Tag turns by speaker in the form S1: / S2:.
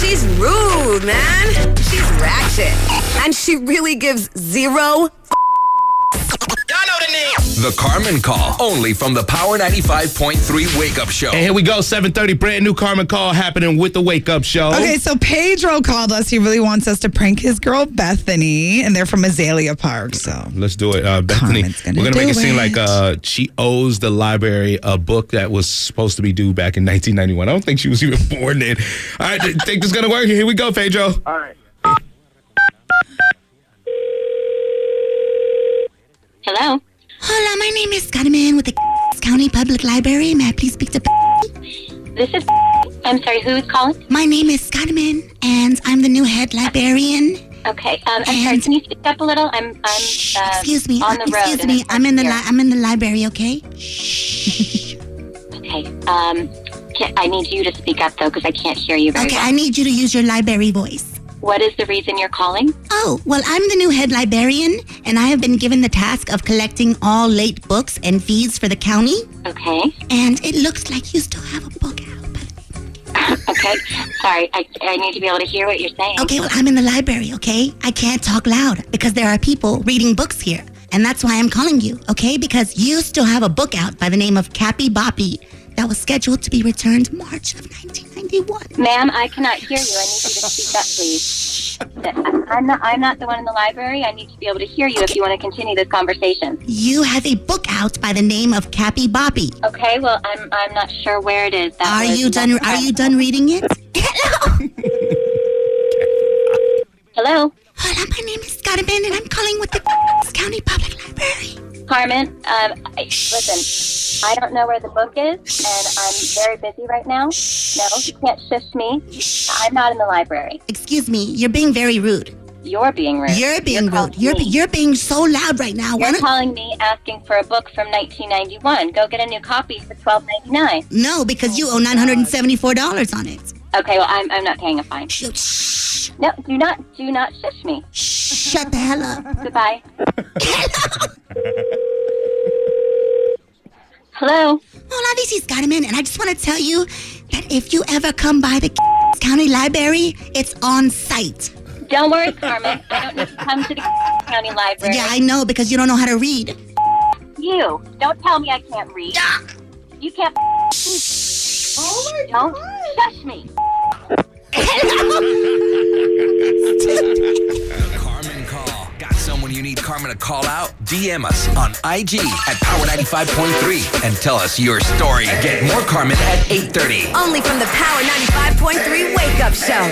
S1: She's rude, man. She's ratchet. And she really gives zero
S2: The Carmen Call, only from the Power 95.3 Wake Up Show.
S3: And here we go, 7:30, brand new Carmen Call happening with the Wake Up Show.
S4: Okay, so Pedro called us. He really wants us to prank his girl Bethany, and they're from Azalea Park. So
S3: Let's do it, uh, Bethany.
S4: Carmen's gonna
S3: we're gonna make
S4: do
S3: it, seem
S4: it.
S3: like uh, she owes the library a book that was supposed to be due back in 1991. I don't think she was even born then. All right, I think this is gonna work. Here we go, Pedro.
S5: All right.
S6: Hello.
S7: Hola, my name is Carmen with the County Public Library. May I please speak to?
S6: This is. I'm sorry. Who is calling?
S7: My name is Carmen, and I'm the new head librarian.
S6: Okay. Um, I'm sorry.
S7: And-
S6: Can you speak up a little? I'm. I'm.
S7: Shh,
S6: uh,
S7: excuse me.
S6: On the
S7: uh,
S6: road.
S7: excuse
S6: and
S7: me.
S6: I
S7: I'm in the
S6: can't
S7: li- I'm in the library. Okay.
S6: hear. Okay. Um, can, I need you to speak up though, because I can't hear you very
S7: Okay.
S6: well.
S7: I need you to use your library voice.
S6: What is the reason you're calling?
S7: Oh well, I'm the new head librarian, and I have been given the task of collecting all late books and fees for the county.
S6: Okay.
S7: And it looks like you still have a book out. But
S6: Okay. sorry. I, I need to be able to hear what you're saying.
S7: Okay, well, I'm in the library, okay? I can't talk loud because there are people reading books here. And that's why I'm calling you, okay? Because you still have a book out by the name of Cappy Boppy that was scheduled to be returned March of 1991.
S6: Ma'am, I cannot hear you. I need you to speak up, please. I- I'm not. I'm not the one in the library. I need to be able to hear you if you want to continue this conversation.
S7: You have a book out by the name of Cappy Boppy.
S6: Okay. Well, I'm. I'm not sure where it is. That
S7: Are
S6: was-
S7: you done are you done reading it? Hello.
S6: Hello.
S7: Hola, my name is Carmen and I'm calling with the County Public Library.
S6: Carmen, um, I, listen, I don't know where the book is, and I'm very busy right now. No, you can't shush me. I'm not in the library.
S7: Excuse me, you're being very rude.
S6: You're being rude.
S7: You're being
S6: calling
S7: rude. You're
S6: me.
S7: be- you're being so loud right now. Why
S6: You're
S7: don't-
S6: calling me asking for a book from 1991. Go get a new copy for 12.99.
S7: No, because you owe nine hundred and seventy-four dollars on it.
S6: Okay, well I'm, I'm not paying a fine.
S7: Shh, shh,
S6: No, do not do not shush me.
S7: shut the hell up.
S6: Goodbye. Hello.
S7: Hola, this is Carmen, and I just want to tell you that if you ever come by the county library, it's on site.
S6: Don't worry, Carmen. I don't need to come to the county library.
S7: Yeah, I know because you don't know how to read.
S6: You don't tell me I can't read. You can't. Oh don't touch me.
S2: The Carmen Call. Got someone you need Carmen to call out? DM us on IG at Power 95.3 and tell us your story. Get more Carmen at 830.
S1: only from the Power 95.3 Wake Up Show.